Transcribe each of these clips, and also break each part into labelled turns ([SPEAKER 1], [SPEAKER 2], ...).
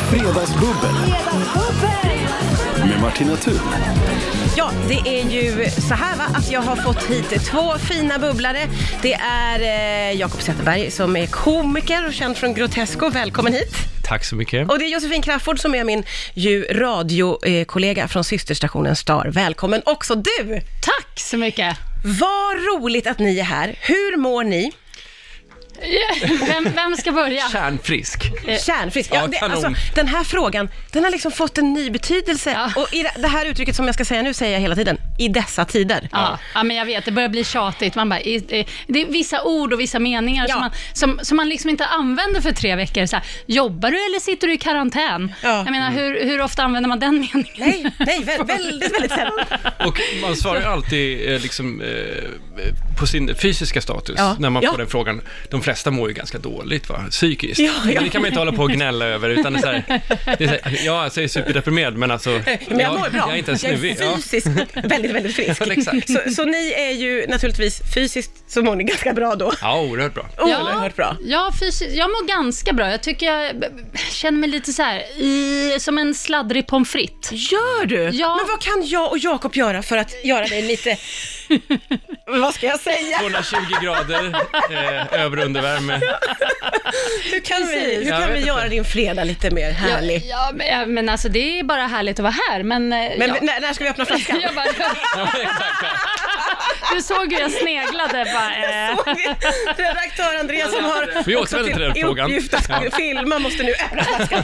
[SPEAKER 1] Fredagsbubbel med Martina Thun.
[SPEAKER 2] Ja, det är ju så här va, att jag har fått hit två fina bubblare. Det är eh, Jakob Zetterberg som är komiker och känd från Grotesco. Välkommen hit.
[SPEAKER 3] Tack så mycket.
[SPEAKER 2] Och det är Josefin Crafoord som är min ju radiokollega från systerstationen Star. Välkommen också du!
[SPEAKER 4] Tack så mycket.
[SPEAKER 2] Vad roligt att ni är här. Hur mår ni?
[SPEAKER 4] Vem, vem ska börja?
[SPEAKER 3] Kärnfrisk.
[SPEAKER 2] Kärnfrisk. Ja,
[SPEAKER 3] Ja,
[SPEAKER 2] det,
[SPEAKER 3] kanon.
[SPEAKER 2] alltså, den här frågan, den har liksom fått en ny betydelse.
[SPEAKER 4] Ja.
[SPEAKER 2] Och i det- det här uttrycket som jag ska säga nu säger jag hela tiden, i dessa tider.
[SPEAKER 4] Ja, ja, men jag vet, det börjar bli tjatigt. Man bara, i- i- det är vissa ord och vissa meningar
[SPEAKER 2] Ja.
[SPEAKER 4] som, man, som, som man liksom inte använder för tre veckor. Så här, jobbar du eller sitter du i karantän?
[SPEAKER 2] Ja.
[SPEAKER 4] Jag menar, hur, hur ofta använder man den meningen?
[SPEAKER 2] Nej, nej, vä- väldigt, väldigt sällan.
[SPEAKER 3] Och man svarar ju alltid eh, liksom, eh, på sin fysiska status
[SPEAKER 2] Ja.
[SPEAKER 3] när man
[SPEAKER 2] Ja.
[SPEAKER 3] får den frågan. De flesta mår ju ganska dåligt va? psykiskt.
[SPEAKER 2] Ja, ja.
[SPEAKER 3] Men Det kan man inte hålla på och gnälla över. Utan det är så här, det är så här, ja, alltså, jag är superdeprimerad, men alltså,
[SPEAKER 2] Eh, Men jag mår bra.
[SPEAKER 3] jag är inte ens
[SPEAKER 2] jag
[SPEAKER 3] snuvig.
[SPEAKER 2] är
[SPEAKER 3] Ja.
[SPEAKER 2] fysiskt väldigt, väldigt frisk.
[SPEAKER 3] Ja, exakt.
[SPEAKER 2] Så, så ni är ju naturligtvis fysiskt så mår ni ganska bra då.
[SPEAKER 3] ja, oerhört bra.
[SPEAKER 2] Oerhört bra.
[SPEAKER 4] Ja, fysiskt, jag mår ganska bra. Jag tycker jag b- b- känner mig lite så här, i, som en sladdrig pommes frites.
[SPEAKER 2] Gör du?
[SPEAKER 4] Ja.
[SPEAKER 2] Men vad kan jag och Jakob göra för att göra dig lite... vad ska jag säga?
[SPEAKER 3] 220 grader, eh, över och undervärme.
[SPEAKER 2] Hur kan vi, hur
[SPEAKER 3] Jag
[SPEAKER 2] kan
[SPEAKER 3] vet
[SPEAKER 2] vi
[SPEAKER 3] inte.
[SPEAKER 2] göra din fredag lite mer härlig?
[SPEAKER 4] Ja, men, ja, men alltså det är bara härligt att vara här. Men, eh,
[SPEAKER 2] Men
[SPEAKER 4] ja.
[SPEAKER 2] när, när ska vi öppna flaskan?
[SPEAKER 4] Jag bara,
[SPEAKER 3] Ja, exakt, ja.
[SPEAKER 4] du såg hur jag sneglade. Bara, eh.
[SPEAKER 2] Redaktör Andreas som har
[SPEAKER 3] Vi
[SPEAKER 2] också
[SPEAKER 3] återvänder till den
[SPEAKER 2] i
[SPEAKER 3] frågan.
[SPEAKER 2] uppgift att filma måste nu öppna flaskan.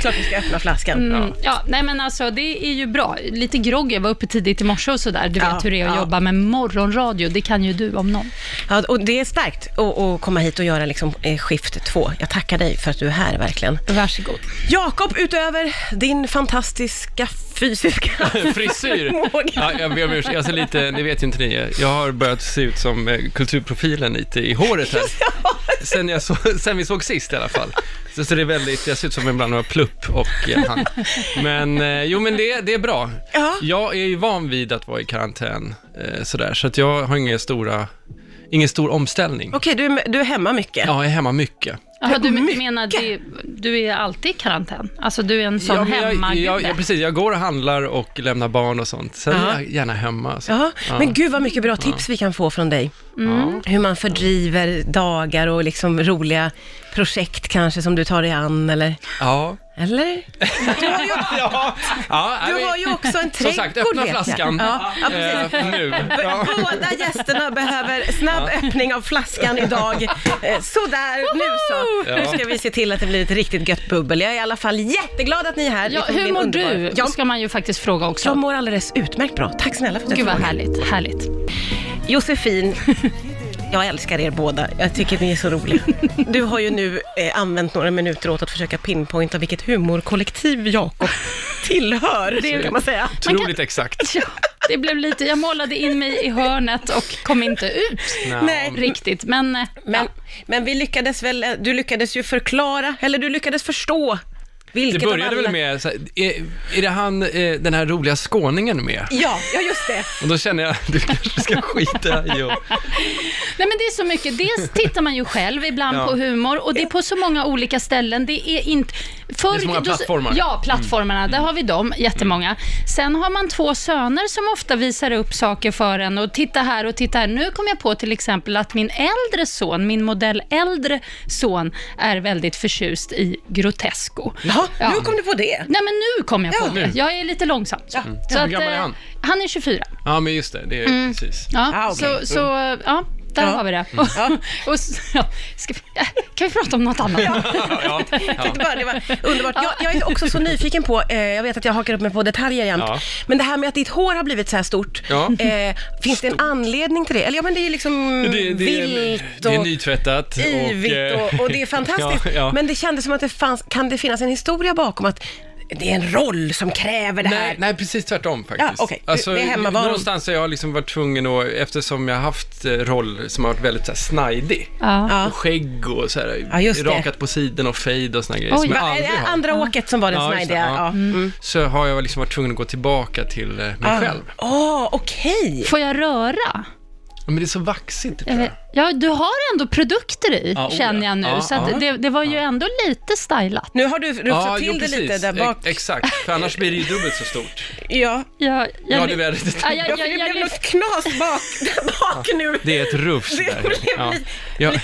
[SPEAKER 2] Klart vi ska öppna flaskan.
[SPEAKER 4] Mm, ja, nej men alltså det är ju bra. Lite grogg, jag var uppe tidigt i morse och sådär. Du
[SPEAKER 2] Ja,
[SPEAKER 4] vet hur det är att
[SPEAKER 2] ja.
[SPEAKER 4] jobba med morgonradio, det kan ju du om någon.
[SPEAKER 2] Ja, och det är starkt att, att komma hit och göra liksom eh, skift två. Jag tackar dig för att du är här verkligen.
[SPEAKER 4] Varsågod.
[SPEAKER 2] Jakob, utöver din fantastiska fysiska...
[SPEAKER 3] Frisyr.
[SPEAKER 2] Förmåga.
[SPEAKER 3] Ja, jag ber om ursäkt. Jag ser lite, det vet ju inte ni. Jag har börjat se ut som eh, kulturprofilen lite i håret här. Sen, jag så, sen vi såg sist i alla fall. Så, så det är väldigt, jag ser ut som en blandning av plupp och eh, han. Men eh, jo, men det, det är bra.
[SPEAKER 2] Ja.
[SPEAKER 3] Jag är ju van vid att vara i karantän eh, sådär, så att jag har inga stora, ingen stor omställning.
[SPEAKER 2] Okej, du, är- du är hemma mycket.
[SPEAKER 3] Ja, jag är hemma mycket.
[SPEAKER 4] Jaha, du menar det, du är alltid i karantän? Alltså du är en sån
[SPEAKER 3] ja, men jag,
[SPEAKER 4] hemmagubbe?
[SPEAKER 3] jag, jag, precis, jag går och handlar och lämnar barn och sånt. Sen är jag gärna hemma. Så.
[SPEAKER 2] Ja, men gud vad mycket bra tips vi kan få från dig.
[SPEAKER 3] Mm.
[SPEAKER 2] Hur man fördriver dagar och liksom roliga projekt kanske som du tar dig an eller?
[SPEAKER 3] Ja.
[SPEAKER 2] Eller? Du har ju,
[SPEAKER 3] Ja, ja,
[SPEAKER 2] du
[SPEAKER 3] nej, men-
[SPEAKER 2] har ju också en
[SPEAKER 3] Som
[SPEAKER 2] trädgård
[SPEAKER 3] sagt, öppna
[SPEAKER 2] vet jag.
[SPEAKER 3] flaskan
[SPEAKER 2] Ja, ja, precis.
[SPEAKER 3] eh, nu. Ja.
[SPEAKER 2] Båda gästerna behöver snabb öppning av flaskan idag. Eh, Sådär, nu så.
[SPEAKER 3] Ja.
[SPEAKER 2] Nu ska vi se till att det blir ett riktigt gött bubbel. Jag är i alla fall jätteglad att ni är här.
[SPEAKER 4] ja,
[SPEAKER 2] Det kommer bli
[SPEAKER 4] hur
[SPEAKER 2] en
[SPEAKER 4] mår
[SPEAKER 2] underbar-
[SPEAKER 4] du?
[SPEAKER 2] Jag,
[SPEAKER 4] ska man ju faktiskt fråga också.
[SPEAKER 2] jag mår alldeles utmärkt bra. Tack snälla för att du
[SPEAKER 4] Gud vad
[SPEAKER 2] frågade.
[SPEAKER 4] härligt, härligt.
[SPEAKER 2] Josefin, jag älskar er båda. Jag tycker ni är så roliga. Du har ju nu eh, använt några minuter åt att försöka pinpointa vilket humorkollektiv Jakob tillhör. Det kan man säga.
[SPEAKER 3] Otroligt exakt.
[SPEAKER 4] Ja, det blev lite, jag målade in mig i hörnet och kom inte ut
[SPEAKER 2] Nej.
[SPEAKER 4] riktigt. Men, eh,
[SPEAKER 2] Men, men vi lyckades väl, du lyckades ju förklara, eller du lyckades förstå
[SPEAKER 3] Det
[SPEAKER 2] vilket av
[SPEAKER 3] började
[SPEAKER 2] alla-
[SPEAKER 3] väl med, så här, är, är det han, eh, den här roliga skåningen med?
[SPEAKER 2] Ja, ja just det.
[SPEAKER 3] Och då känner jag, du kanske ska skita i och...
[SPEAKER 4] Nej men det är så mycket. Dels tittar man ju själv ibland
[SPEAKER 3] Ja.
[SPEAKER 4] på humor och det är på så många olika ställen. Det är inte... Förr,
[SPEAKER 3] Det är så många
[SPEAKER 4] då-
[SPEAKER 3] plattformar. Mm.
[SPEAKER 4] Ja, plattformarna. Där har vi dem, jättemånga. Sen har man två söner som ofta visar upp saker för en och titta här och titta här. Nu kom jag på till exempel att min äldre son, min modell äldre son, är väldigt förtjust i Grotesco.
[SPEAKER 2] Jaha,
[SPEAKER 4] Ja.
[SPEAKER 2] nu kom du på det.
[SPEAKER 4] Nej men nu kom jag på
[SPEAKER 2] Ja.
[SPEAKER 4] det. Jag är lite långsam. Så. Så
[SPEAKER 3] Hur
[SPEAKER 4] att,
[SPEAKER 3] gammal är
[SPEAKER 4] eh,
[SPEAKER 3] han?
[SPEAKER 4] Han är 24.
[SPEAKER 3] Ja, men just det, det är precis.
[SPEAKER 4] Ja,
[SPEAKER 2] Ah, okej.
[SPEAKER 4] så, så ja,
[SPEAKER 2] Ja.
[SPEAKER 4] där
[SPEAKER 2] Mm.
[SPEAKER 4] har vi det.
[SPEAKER 2] Ja.
[SPEAKER 4] Och, s- ja, ska vi, äh, kan vi prata om något annat?
[SPEAKER 3] Ja, ja, ja.
[SPEAKER 2] Det var, det var underbart. Jag, jag är också så nyfiken på, eh, jag vet att jag hakar upp mig på detaljer jämt,
[SPEAKER 3] Ja.
[SPEAKER 2] men det här med att ditt hår har blivit så här stort,
[SPEAKER 3] Ja.
[SPEAKER 2] eh, finns det en anledning till det? Eller ja, men det är ju liksom
[SPEAKER 3] Det, det, är,
[SPEAKER 2] vilt
[SPEAKER 3] det är
[SPEAKER 2] och
[SPEAKER 3] nytvättat och... eh,
[SPEAKER 2] yvigt och, och det är fantastiskt.
[SPEAKER 3] Ja, ja.
[SPEAKER 2] Men det kändes som att det fanns, kan det finnas en historia bakom att det är en roll som kräver det här?
[SPEAKER 3] Nej, nej, precis tvärtom faktiskt. Alltså,
[SPEAKER 2] Ja, okej. Du- det är hemmavaron.
[SPEAKER 3] någonstans har jag liksom varit tvungen att, eftersom jag har haft eh, roll som har varit väldigt så här, snajdig,
[SPEAKER 4] Ja.
[SPEAKER 2] Ja.
[SPEAKER 3] och skägg och så här,
[SPEAKER 2] Ja, just det.
[SPEAKER 3] rakat på sidan och fade och såna grejer
[SPEAKER 4] Oj,
[SPEAKER 3] som jag
[SPEAKER 2] Va, är
[SPEAKER 3] aldrig
[SPEAKER 2] det
[SPEAKER 3] har.
[SPEAKER 2] andra åket som var den
[SPEAKER 3] Ja, just det,
[SPEAKER 2] snajdiga?
[SPEAKER 3] ja.
[SPEAKER 2] Ja. Mm.
[SPEAKER 3] Så har jag liksom varit tvungen att gå tillbaka till
[SPEAKER 2] Ah.
[SPEAKER 3] eh, mig själv.
[SPEAKER 2] Åh, okej.
[SPEAKER 4] Får jag röra?
[SPEAKER 3] Men det är så vaxigt, typ,
[SPEAKER 4] Jag
[SPEAKER 3] tror jag.
[SPEAKER 4] vet, Ja, du har ändå produkter i,
[SPEAKER 3] Ja, oh ja.
[SPEAKER 4] känner jag nu.
[SPEAKER 3] Ja,
[SPEAKER 4] så att
[SPEAKER 3] ja.
[SPEAKER 4] det, det var ju ändå lite stylat.
[SPEAKER 2] Nu har du rufsat
[SPEAKER 3] Ja,
[SPEAKER 2] till
[SPEAKER 3] jo,
[SPEAKER 2] det
[SPEAKER 3] precis.
[SPEAKER 2] lite där bak.
[SPEAKER 3] E- exakt, för annars blir det ju dubbelt så stort.
[SPEAKER 2] ja.
[SPEAKER 4] Ja, jag,
[SPEAKER 3] Ja, du är det.
[SPEAKER 4] ja, jag,
[SPEAKER 2] Ja, för
[SPEAKER 4] jag,
[SPEAKER 2] det
[SPEAKER 4] jag,
[SPEAKER 2] blev
[SPEAKER 4] lyft,
[SPEAKER 2] något knas bak, där bak nu.
[SPEAKER 3] Det är ett rufs
[SPEAKER 2] Det
[SPEAKER 3] där.
[SPEAKER 2] blev
[SPEAKER 3] ja.
[SPEAKER 2] lite-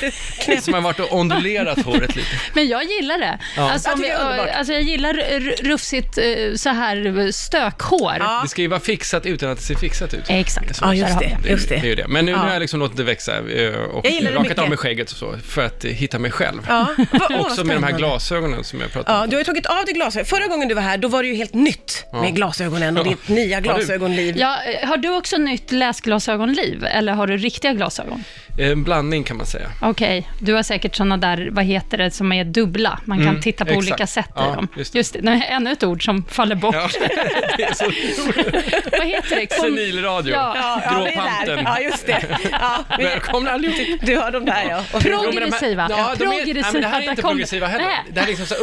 [SPEAKER 3] Ja.
[SPEAKER 2] knäppt.
[SPEAKER 3] Som har varit och ondulerat håret lite.
[SPEAKER 4] men jag gillar det. Alltså,
[SPEAKER 2] Jag
[SPEAKER 4] om vi,
[SPEAKER 2] tycker det är underbart.
[SPEAKER 4] alltså, jag gillar r- rufsigt eh, så här stökhår.
[SPEAKER 2] Ja.
[SPEAKER 3] Det ska ju vara fixat utan att det ser fixat ut.
[SPEAKER 4] Exakt.
[SPEAKER 2] Ja, just
[SPEAKER 4] Där har
[SPEAKER 2] det.
[SPEAKER 4] vi
[SPEAKER 3] Det är,
[SPEAKER 2] Just
[SPEAKER 3] det.
[SPEAKER 2] det.
[SPEAKER 3] är ju det. Men nu, nu
[SPEAKER 2] Ja.
[SPEAKER 3] har jag liksom låtit det växa eh, och
[SPEAKER 2] Jag gillar det
[SPEAKER 3] rakat av
[SPEAKER 2] mycket.
[SPEAKER 3] mig skägget och så för att eh, hitta mig själv.
[SPEAKER 2] Ja. Va- åh, vad
[SPEAKER 3] Också med de här
[SPEAKER 2] spännande.
[SPEAKER 3] glasögonen som jag pratade
[SPEAKER 2] Ja,
[SPEAKER 3] om.
[SPEAKER 2] du har ju tagit av dig glasögonen. Förra gången du var här, då var det ju helt nytt med glasögonen och
[SPEAKER 3] Ja.
[SPEAKER 2] ditt nya
[SPEAKER 3] Har du-
[SPEAKER 2] glasögonliv.
[SPEAKER 4] Ja, eh, har du också nytt läsglasögonliv eller har du riktiga glasögon?
[SPEAKER 3] Eh, En blandning kan man säga.
[SPEAKER 4] Okej, du har säkert sådana där, vad heter det, som är dubbla. Man kan titta på
[SPEAKER 3] Mm, exakt.
[SPEAKER 4] olika sätt i
[SPEAKER 3] Ja,
[SPEAKER 4] dem.
[SPEAKER 3] just
[SPEAKER 4] Just
[SPEAKER 3] det.
[SPEAKER 4] det. nej, ännu ett ord som faller bort.
[SPEAKER 3] Ja, det är så roligt.
[SPEAKER 4] Vad heter det? Kom-
[SPEAKER 3] Senilradio.
[SPEAKER 4] Ja.
[SPEAKER 2] det är där.
[SPEAKER 3] Gråpanten.
[SPEAKER 2] Ja, just det. Ja, vi-
[SPEAKER 3] Välkomna allihop.
[SPEAKER 2] du har de där ja. Och-
[SPEAKER 3] Ja, men de här-
[SPEAKER 4] Progressiva.
[SPEAKER 3] Ja, de är,
[SPEAKER 4] progressiva.
[SPEAKER 3] nej, men det här är
[SPEAKER 4] där
[SPEAKER 3] inte
[SPEAKER 4] kom det.
[SPEAKER 3] progressiva heller.
[SPEAKER 4] Nej.
[SPEAKER 3] Det här är liksom så här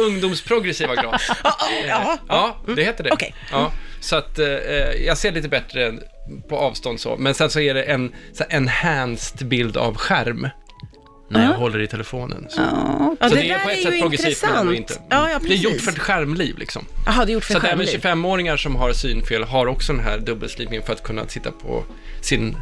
[SPEAKER 3] ungdomsprogressiva glas.
[SPEAKER 2] Ja,
[SPEAKER 3] Ja, det heter det.
[SPEAKER 2] Okej.
[SPEAKER 3] Ja, så att eh, jag ser lite bättre än- på avstånd så. Men sen så är det en så här enhanced bild av skärm när jag håller i telefonen. Så.
[SPEAKER 2] ja
[SPEAKER 3] Så
[SPEAKER 2] det, där är, ju
[SPEAKER 3] men ändå
[SPEAKER 2] intressant. Ja, ja,
[SPEAKER 3] det är
[SPEAKER 2] precis.
[SPEAKER 3] gjort för ett skärmliv liksom.
[SPEAKER 2] Jaha, det är gjort
[SPEAKER 3] Så
[SPEAKER 2] för
[SPEAKER 3] att även
[SPEAKER 2] skärmliv.
[SPEAKER 3] 25-åringar som har synfel har också den här dubbelslipningen för att kunna titta på sin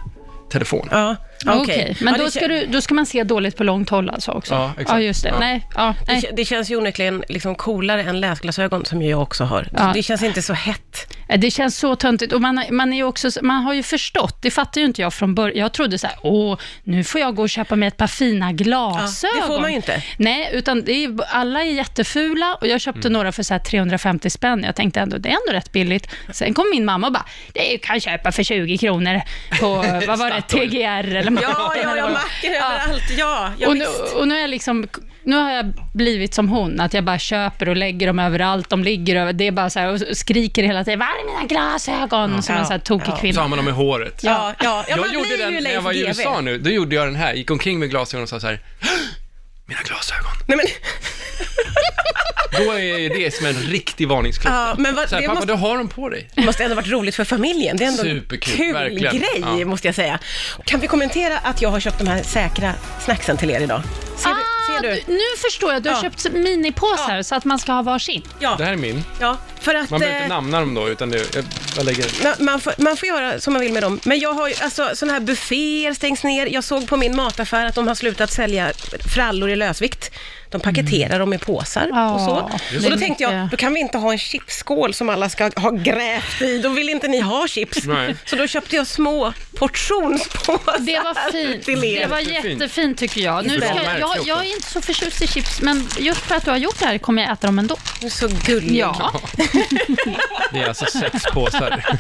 [SPEAKER 3] telefon.
[SPEAKER 2] Ja, okej.
[SPEAKER 4] Okej, men
[SPEAKER 2] ja,
[SPEAKER 4] då
[SPEAKER 2] det
[SPEAKER 4] ska,
[SPEAKER 2] kän-
[SPEAKER 4] du, då ska man se dåligt på långt håll alltså också?
[SPEAKER 3] Ja, exakt.
[SPEAKER 4] Ja, just det.
[SPEAKER 3] Ja.
[SPEAKER 4] Nej, ja,
[SPEAKER 2] Det,
[SPEAKER 4] nej.
[SPEAKER 2] kän- det känns ju onekligen liksom coolare än läsglasögon som ju jag också har.
[SPEAKER 4] Ja.
[SPEAKER 2] Det känns inte så hett.
[SPEAKER 4] Eh, Det känns så töntigt. Och man, har- man, är ju också, man har ju förstått, det fattar ju inte jag från början. Jag trodde så här, åh, nu får jag gå och köpa mig ett par fina glasögon.
[SPEAKER 2] Ja, det får man ju inte.
[SPEAKER 4] Nej, utan det är, alla är jättefula och jag
[SPEAKER 2] Mm.
[SPEAKER 4] köpte några för så här 350 spänn. Jag tänkte ändå, det är ändå rätt billigt. Sen kom min mamma och bara, det kan jag köpa för 20 kronor på, vad var det,
[SPEAKER 3] Statoil.
[SPEAKER 4] TGR eller Macken
[SPEAKER 2] Ja, ja,
[SPEAKER 4] eller
[SPEAKER 2] ja,
[SPEAKER 4] vad-
[SPEAKER 2] macken
[SPEAKER 4] Ja.
[SPEAKER 2] överallt. Ja, ja
[SPEAKER 4] och, nu,
[SPEAKER 2] visst.
[SPEAKER 4] och nu, är jag liksom, nu har jag blivit som hon, att jag bara köper och lägger dem överallt, de ligger över, det är bara så här, och skriker hela tiden, var är mina glasögon? Som
[SPEAKER 2] Ja,
[SPEAKER 4] en så här tokig
[SPEAKER 2] ja.
[SPEAKER 3] Så
[SPEAKER 4] kvinna.
[SPEAKER 3] har man dem i håret.
[SPEAKER 2] Ja, ja, ja, man
[SPEAKER 3] jag gjorde
[SPEAKER 2] blir ju
[SPEAKER 3] den när jag
[SPEAKER 2] Leif
[SPEAKER 3] var i
[SPEAKER 2] GW.
[SPEAKER 3] USA nu. Då gjorde jag den här. Gick omkring med glasögon och sa så här. Mina glasögon.
[SPEAKER 2] Nej, men,
[SPEAKER 3] Då är ju det som en riktig varningsklocka.
[SPEAKER 2] ja, men vad,
[SPEAKER 3] Så här,
[SPEAKER 2] det
[SPEAKER 3] pappa,
[SPEAKER 2] måste,
[SPEAKER 3] du har dem på dig.
[SPEAKER 2] måste ändå varit roligt för familjen. Det är ändå
[SPEAKER 3] Superkul,
[SPEAKER 2] en kul
[SPEAKER 3] verkligen.
[SPEAKER 2] grej,
[SPEAKER 3] Ja.
[SPEAKER 2] måste jag säga. Kan vi kommentera att jag har köpt de här säkra snacksen till er idag? Ser, du,
[SPEAKER 4] Ah,
[SPEAKER 2] ser du?
[SPEAKER 4] du- Nu förstår jag, du har
[SPEAKER 2] Ja.
[SPEAKER 4] köpt minipåsar så att man ska ha varsin.
[SPEAKER 3] Det här är min.
[SPEAKER 2] Ja, för att...
[SPEAKER 3] Man behöver
[SPEAKER 2] eh,
[SPEAKER 3] inte namna dem då, utan det, jag, jag lägger
[SPEAKER 2] Man, man, får, man får göra som man vill med dem. Men jag har ju, alltså sådana här bufféer stängs ner. Jag såg på min mataffär att de har slutat sälja frallor i lösvikt. De paketerar dem i påsar och så.
[SPEAKER 4] Ja, just
[SPEAKER 2] Och då
[SPEAKER 4] det.
[SPEAKER 2] tänkte jag, då kan vi inte ha en chipsskål som alla ska ha grävt i. Då vill inte ni ha chips.
[SPEAKER 3] Nej.
[SPEAKER 2] Så då köpte jag små portionspåsar
[SPEAKER 4] Det var fint.
[SPEAKER 2] till er.
[SPEAKER 4] Det var
[SPEAKER 3] Jättefint.
[SPEAKER 4] jättefint tycker jag. Nu
[SPEAKER 3] Bra
[SPEAKER 4] ska,
[SPEAKER 3] märkt
[SPEAKER 4] jag,
[SPEAKER 3] också.
[SPEAKER 4] jag är inte så förtjust i chips, men just för att du har gjort det här kommer jag äta dem ändå.
[SPEAKER 2] Du är Så gullig.
[SPEAKER 4] Ja.
[SPEAKER 3] Det är alltså sex påsar.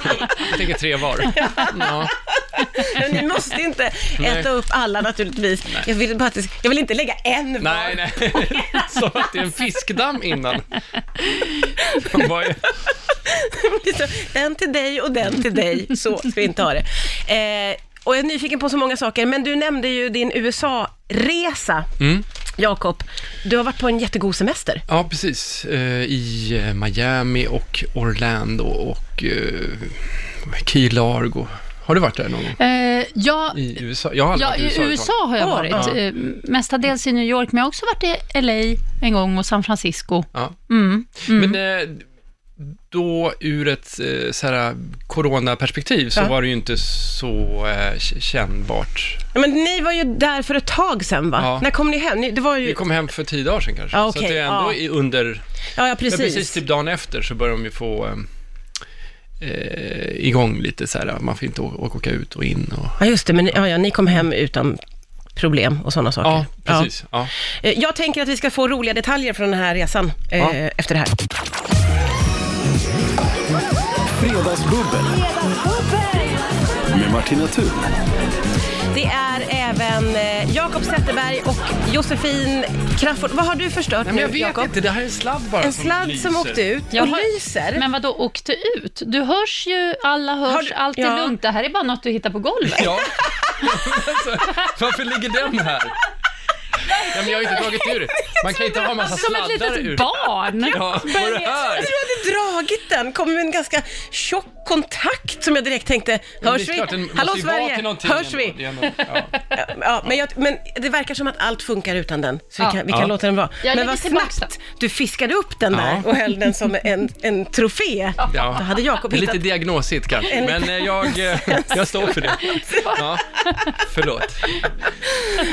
[SPEAKER 3] Jag tänker tre var. Ja.
[SPEAKER 2] Men ni måste inte äta upp alla naturligtvis. Jag vill, bara, att- jag vill inte lägga en var.
[SPEAKER 3] Nej, nej. Sa att det är en fiskdamm innan. Vad är-
[SPEAKER 2] Så, den till dig och den till dig. Så ska vi inte ha det. Eh, och jag är nyfiken på så många saker, men du nämnde ju din USA-resa,
[SPEAKER 3] Mm.
[SPEAKER 2] Jakob. Du har varit på en jättegod semester.
[SPEAKER 3] Ja, precis. Eh, I eh, Miami och Orlando och eh, Key Largo. Har du varit där någon gång?
[SPEAKER 4] Eh, jag,
[SPEAKER 3] I USA? Jag har aldrig
[SPEAKER 4] Ja,
[SPEAKER 3] varit i USA.
[SPEAKER 4] i USA har jag
[SPEAKER 2] Ja,
[SPEAKER 4] varit.
[SPEAKER 2] ja.
[SPEAKER 4] eh, Mestadels i New York, men jag har också varit i LA en gång och San Francisco.
[SPEAKER 3] Ja.
[SPEAKER 4] Mm.
[SPEAKER 3] Men eh, då ur ett eh, så här, coronaperspektiv så
[SPEAKER 2] Ja.
[SPEAKER 3] var det ju inte så eh, k- kännbart.
[SPEAKER 2] Men ni var ju där för ett tag sedan, va?
[SPEAKER 3] Ja.
[SPEAKER 2] När kom ni hem? Ni, det var ju...
[SPEAKER 3] Vi kom hem för tio dagar sedan kanske.
[SPEAKER 2] Ja,
[SPEAKER 3] så
[SPEAKER 2] okej,
[SPEAKER 3] att det är ändå
[SPEAKER 2] ja.
[SPEAKER 3] i under...
[SPEAKER 2] Ja, ja,
[SPEAKER 3] Precis.
[SPEAKER 2] precis.
[SPEAKER 3] Men precis typ dagen efter så börjar de ju få eh, eh, igång lite så här, man får inte å- åka ut och in och...
[SPEAKER 2] Ja, just det. Men ni- ja, ja, ni kom hem utan problem och sådana saker.
[SPEAKER 3] Ja, precis. Ja.
[SPEAKER 2] Ja. Eh, Jag tänker att vi ska få roliga detaljer från den här resan eh,
[SPEAKER 3] Ja.
[SPEAKER 2] efter det här.
[SPEAKER 1] Fredagsbubbel. Med Martina Thun.
[SPEAKER 2] Det är även eh, Jakob Zetterberg och Josefin Crafoord. Vad har du förstört
[SPEAKER 3] Nej, men jag
[SPEAKER 2] nu,
[SPEAKER 3] vet
[SPEAKER 2] Jakob?
[SPEAKER 3] inte, det här är en sladd bara
[SPEAKER 2] En sladd som
[SPEAKER 3] Alltså, lyser.
[SPEAKER 2] åkte ut
[SPEAKER 4] Jag
[SPEAKER 2] och
[SPEAKER 4] har-
[SPEAKER 2] lyser.
[SPEAKER 4] Men vad då åkte ut? Du hörs ju, alla
[SPEAKER 2] Har
[SPEAKER 4] hörs,
[SPEAKER 2] du-
[SPEAKER 4] allt är
[SPEAKER 2] ja.
[SPEAKER 4] lugnt. Det här är bara något du hittar på golvet.
[SPEAKER 3] Ja. alltså, varför ligger den här? Ja, men jag har ju inte dragit ur. Man kan ju inte ha massa
[SPEAKER 4] Som ett
[SPEAKER 3] sladdar ur.
[SPEAKER 4] litet barn.
[SPEAKER 3] Ja, vad är det här?
[SPEAKER 2] Jag tror jag hade dragit den, kom med en ganska tjock kontakt som jag direkt tänkte,
[SPEAKER 3] Det är
[SPEAKER 2] hörs vi?
[SPEAKER 3] klart, den måste
[SPEAKER 2] Hallå
[SPEAKER 3] ju vara till
[SPEAKER 2] Sverige,
[SPEAKER 3] någonting
[SPEAKER 2] hörs
[SPEAKER 3] ändå. Det
[SPEAKER 2] vi?
[SPEAKER 3] är ändå- ja.
[SPEAKER 2] Ja, men, jag, men det verkar som att allt funkar utan den, så vi
[SPEAKER 4] Ja.
[SPEAKER 2] kan, vi kan
[SPEAKER 3] Ja.
[SPEAKER 2] låta den vara.
[SPEAKER 4] Jag
[SPEAKER 2] men
[SPEAKER 4] lägger
[SPEAKER 2] vad
[SPEAKER 4] tillbaka
[SPEAKER 2] snabbt du fiskade upp den där
[SPEAKER 3] Ja.
[SPEAKER 2] och höll den som en, en trofé.
[SPEAKER 3] Ja.
[SPEAKER 2] Då hade Jakob
[SPEAKER 3] Det är
[SPEAKER 2] hittat...
[SPEAKER 3] lite diagnosigt kanske, men eh, jag, eh, jag står för det. Ja, förlåt.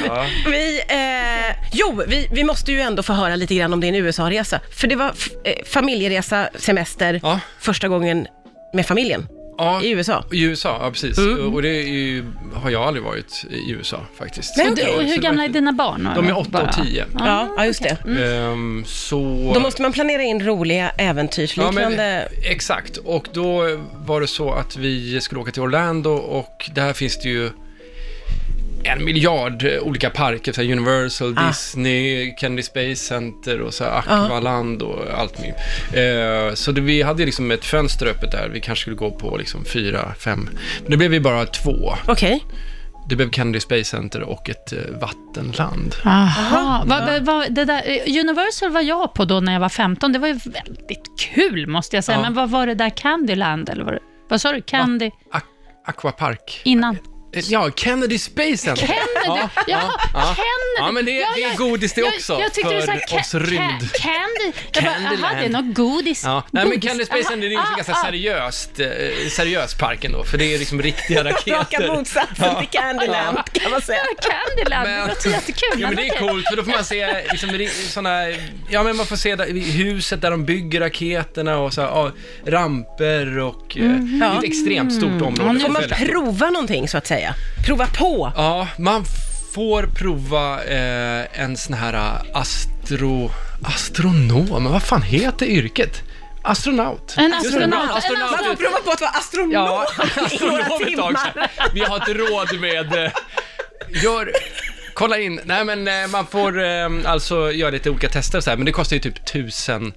[SPEAKER 3] Ja.
[SPEAKER 2] Vi, eh, jo, vi, vi måste ju ändå få höra lite grann om din USA-resa. För det var f- eh, familjeresa, semester,
[SPEAKER 3] Ja.
[SPEAKER 2] första gången med familjen
[SPEAKER 3] Ja,
[SPEAKER 2] i USA. Mm.
[SPEAKER 3] I USA, ja precis. Och det är ju, har jag aldrig varit i USA faktiskt.
[SPEAKER 2] Men
[SPEAKER 4] Och du,
[SPEAKER 3] Så-
[SPEAKER 4] och hur
[SPEAKER 3] så
[SPEAKER 4] gamla
[SPEAKER 3] det-
[SPEAKER 4] är dina barn?
[SPEAKER 3] De är åtta
[SPEAKER 4] Bara. Ah,
[SPEAKER 3] och tio.
[SPEAKER 2] Ja, ja just det.
[SPEAKER 3] Ehm, så...
[SPEAKER 2] Då måste man planera in roliga äventyrsliknande...
[SPEAKER 3] Ja, men, exakt, och då var det så att vi skulle åka till Orlando och där finns det ju en miljard eh, olika parker, så här Universal,
[SPEAKER 2] Ah.
[SPEAKER 3] Disney, Kennedy Space Center och så här Aqualand och allt möjligt. Eh, så det, vi hade liksom ett fönster öppet där, vi kanske skulle gå på liksom fyra, fem, men det blev vi bara två.
[SPEAKER 2] Okej.
[SPEAKER 3] Det blev Kennedy Space Center och ett eh, vattenland.
[SPEAKER 4] Aha. Va, va, va, det där, eh, Universal var jag på då när jag var 15. Det var ju väldigt kul, måste jag säga.
[SPEAKER 3] Ja.
[SPEAKER 4] Men vad var det där Candyland? Eller vad, det- vad sa du? Candy?
[SPEAKER 3] Ak- Aquapark.
[SPEAKER 4] Innan?
[SPEAKER 3] Eh, Ja, Kennedy Space Center.
[SPEAKER 4] Kennedy?
[SPEAKER 3] Ja,
[SPEAKER 4] Jaha,
[SPEAKER 3] ja, ja.
[SPEAKER 4] Kennedy.
[SPEAKER 3] Ja, men det,
[SPEAKER 4] Ja,
[SPEAKER 3] det är
[SPEAKER 4] ja.
[SPEAKER 3] godis det
[SPEAKER 4] jag,
[SPEAKER 3] också.
[SPEAKER 4] jag tyckte
[SPEAKER 3] för
[SPEAKER 4] du sa ca-
[SPEAKER 3] oss rymd.
[SPEAKER 4] ca- Candy. Jag bara, jaha,
[SPEAKER 3] Candyland.
[SPEAKER 4] det är något godis.
[SPEAKER 3] Ja. Nej, men
[SPEAKER 4] Godis.
[SPEAKER 3] Kennedy Space Center är ju
[SPEAKER 4] Ah,
[SPEAKER 3] ganska
[SPEAKER 4] ah.
[SPEAKER 3] seriöst, eh, seriös parken då, för det är liksom riktiga raketer.
[SPEAKER 2] Raka motsatsen till Candyland, kan man säga.
[SPEAKER 4] Candyland, det låter jättekul.
[SPEAKER 3] Ja, men det är
[SPEAKER 4] okej.
[SPEAKER 3] coolt, för då får man se liksom, ri- såna, ja, men man får se där, i huset där de bygger raketerna och så här, ja, ramper och eh, det är ett extremt stort område.
[SPEAKER 2] Mhm. Får man
[SPEAKER 3] Väldigt stort.
[SPEAKER 2] prova någonting så att säga? Prova på?
[SPEAKER 3] Ja, man får prova eh, en sån här eh, astro... Astronom? Men vad fan heter yrket? Astronaut.
[SPEAKER 4] En
[SPEAKER 3] Just det,
[SPEAKER 4] astronaut,
[SPEAKER 3] bra.
[SPEAKER 4] en
[SPEAKER 2] Man får
[SPEAKER 4] astronaut.
[SPEAKER 2] prova på att vara astronom
[SPEAKER 3] Ja,
[SPEAKER 2] i några
[SPEAKER 3] astronom ett tag
[SPEAKER 2] timmar.
[SPEAKER 3] sedan. Vi har ett råd med... eh, Gör... Kolla in. Nej, men eh, man får eh, alltså göra lite olika tester och så här, men det kostar ju typ tusen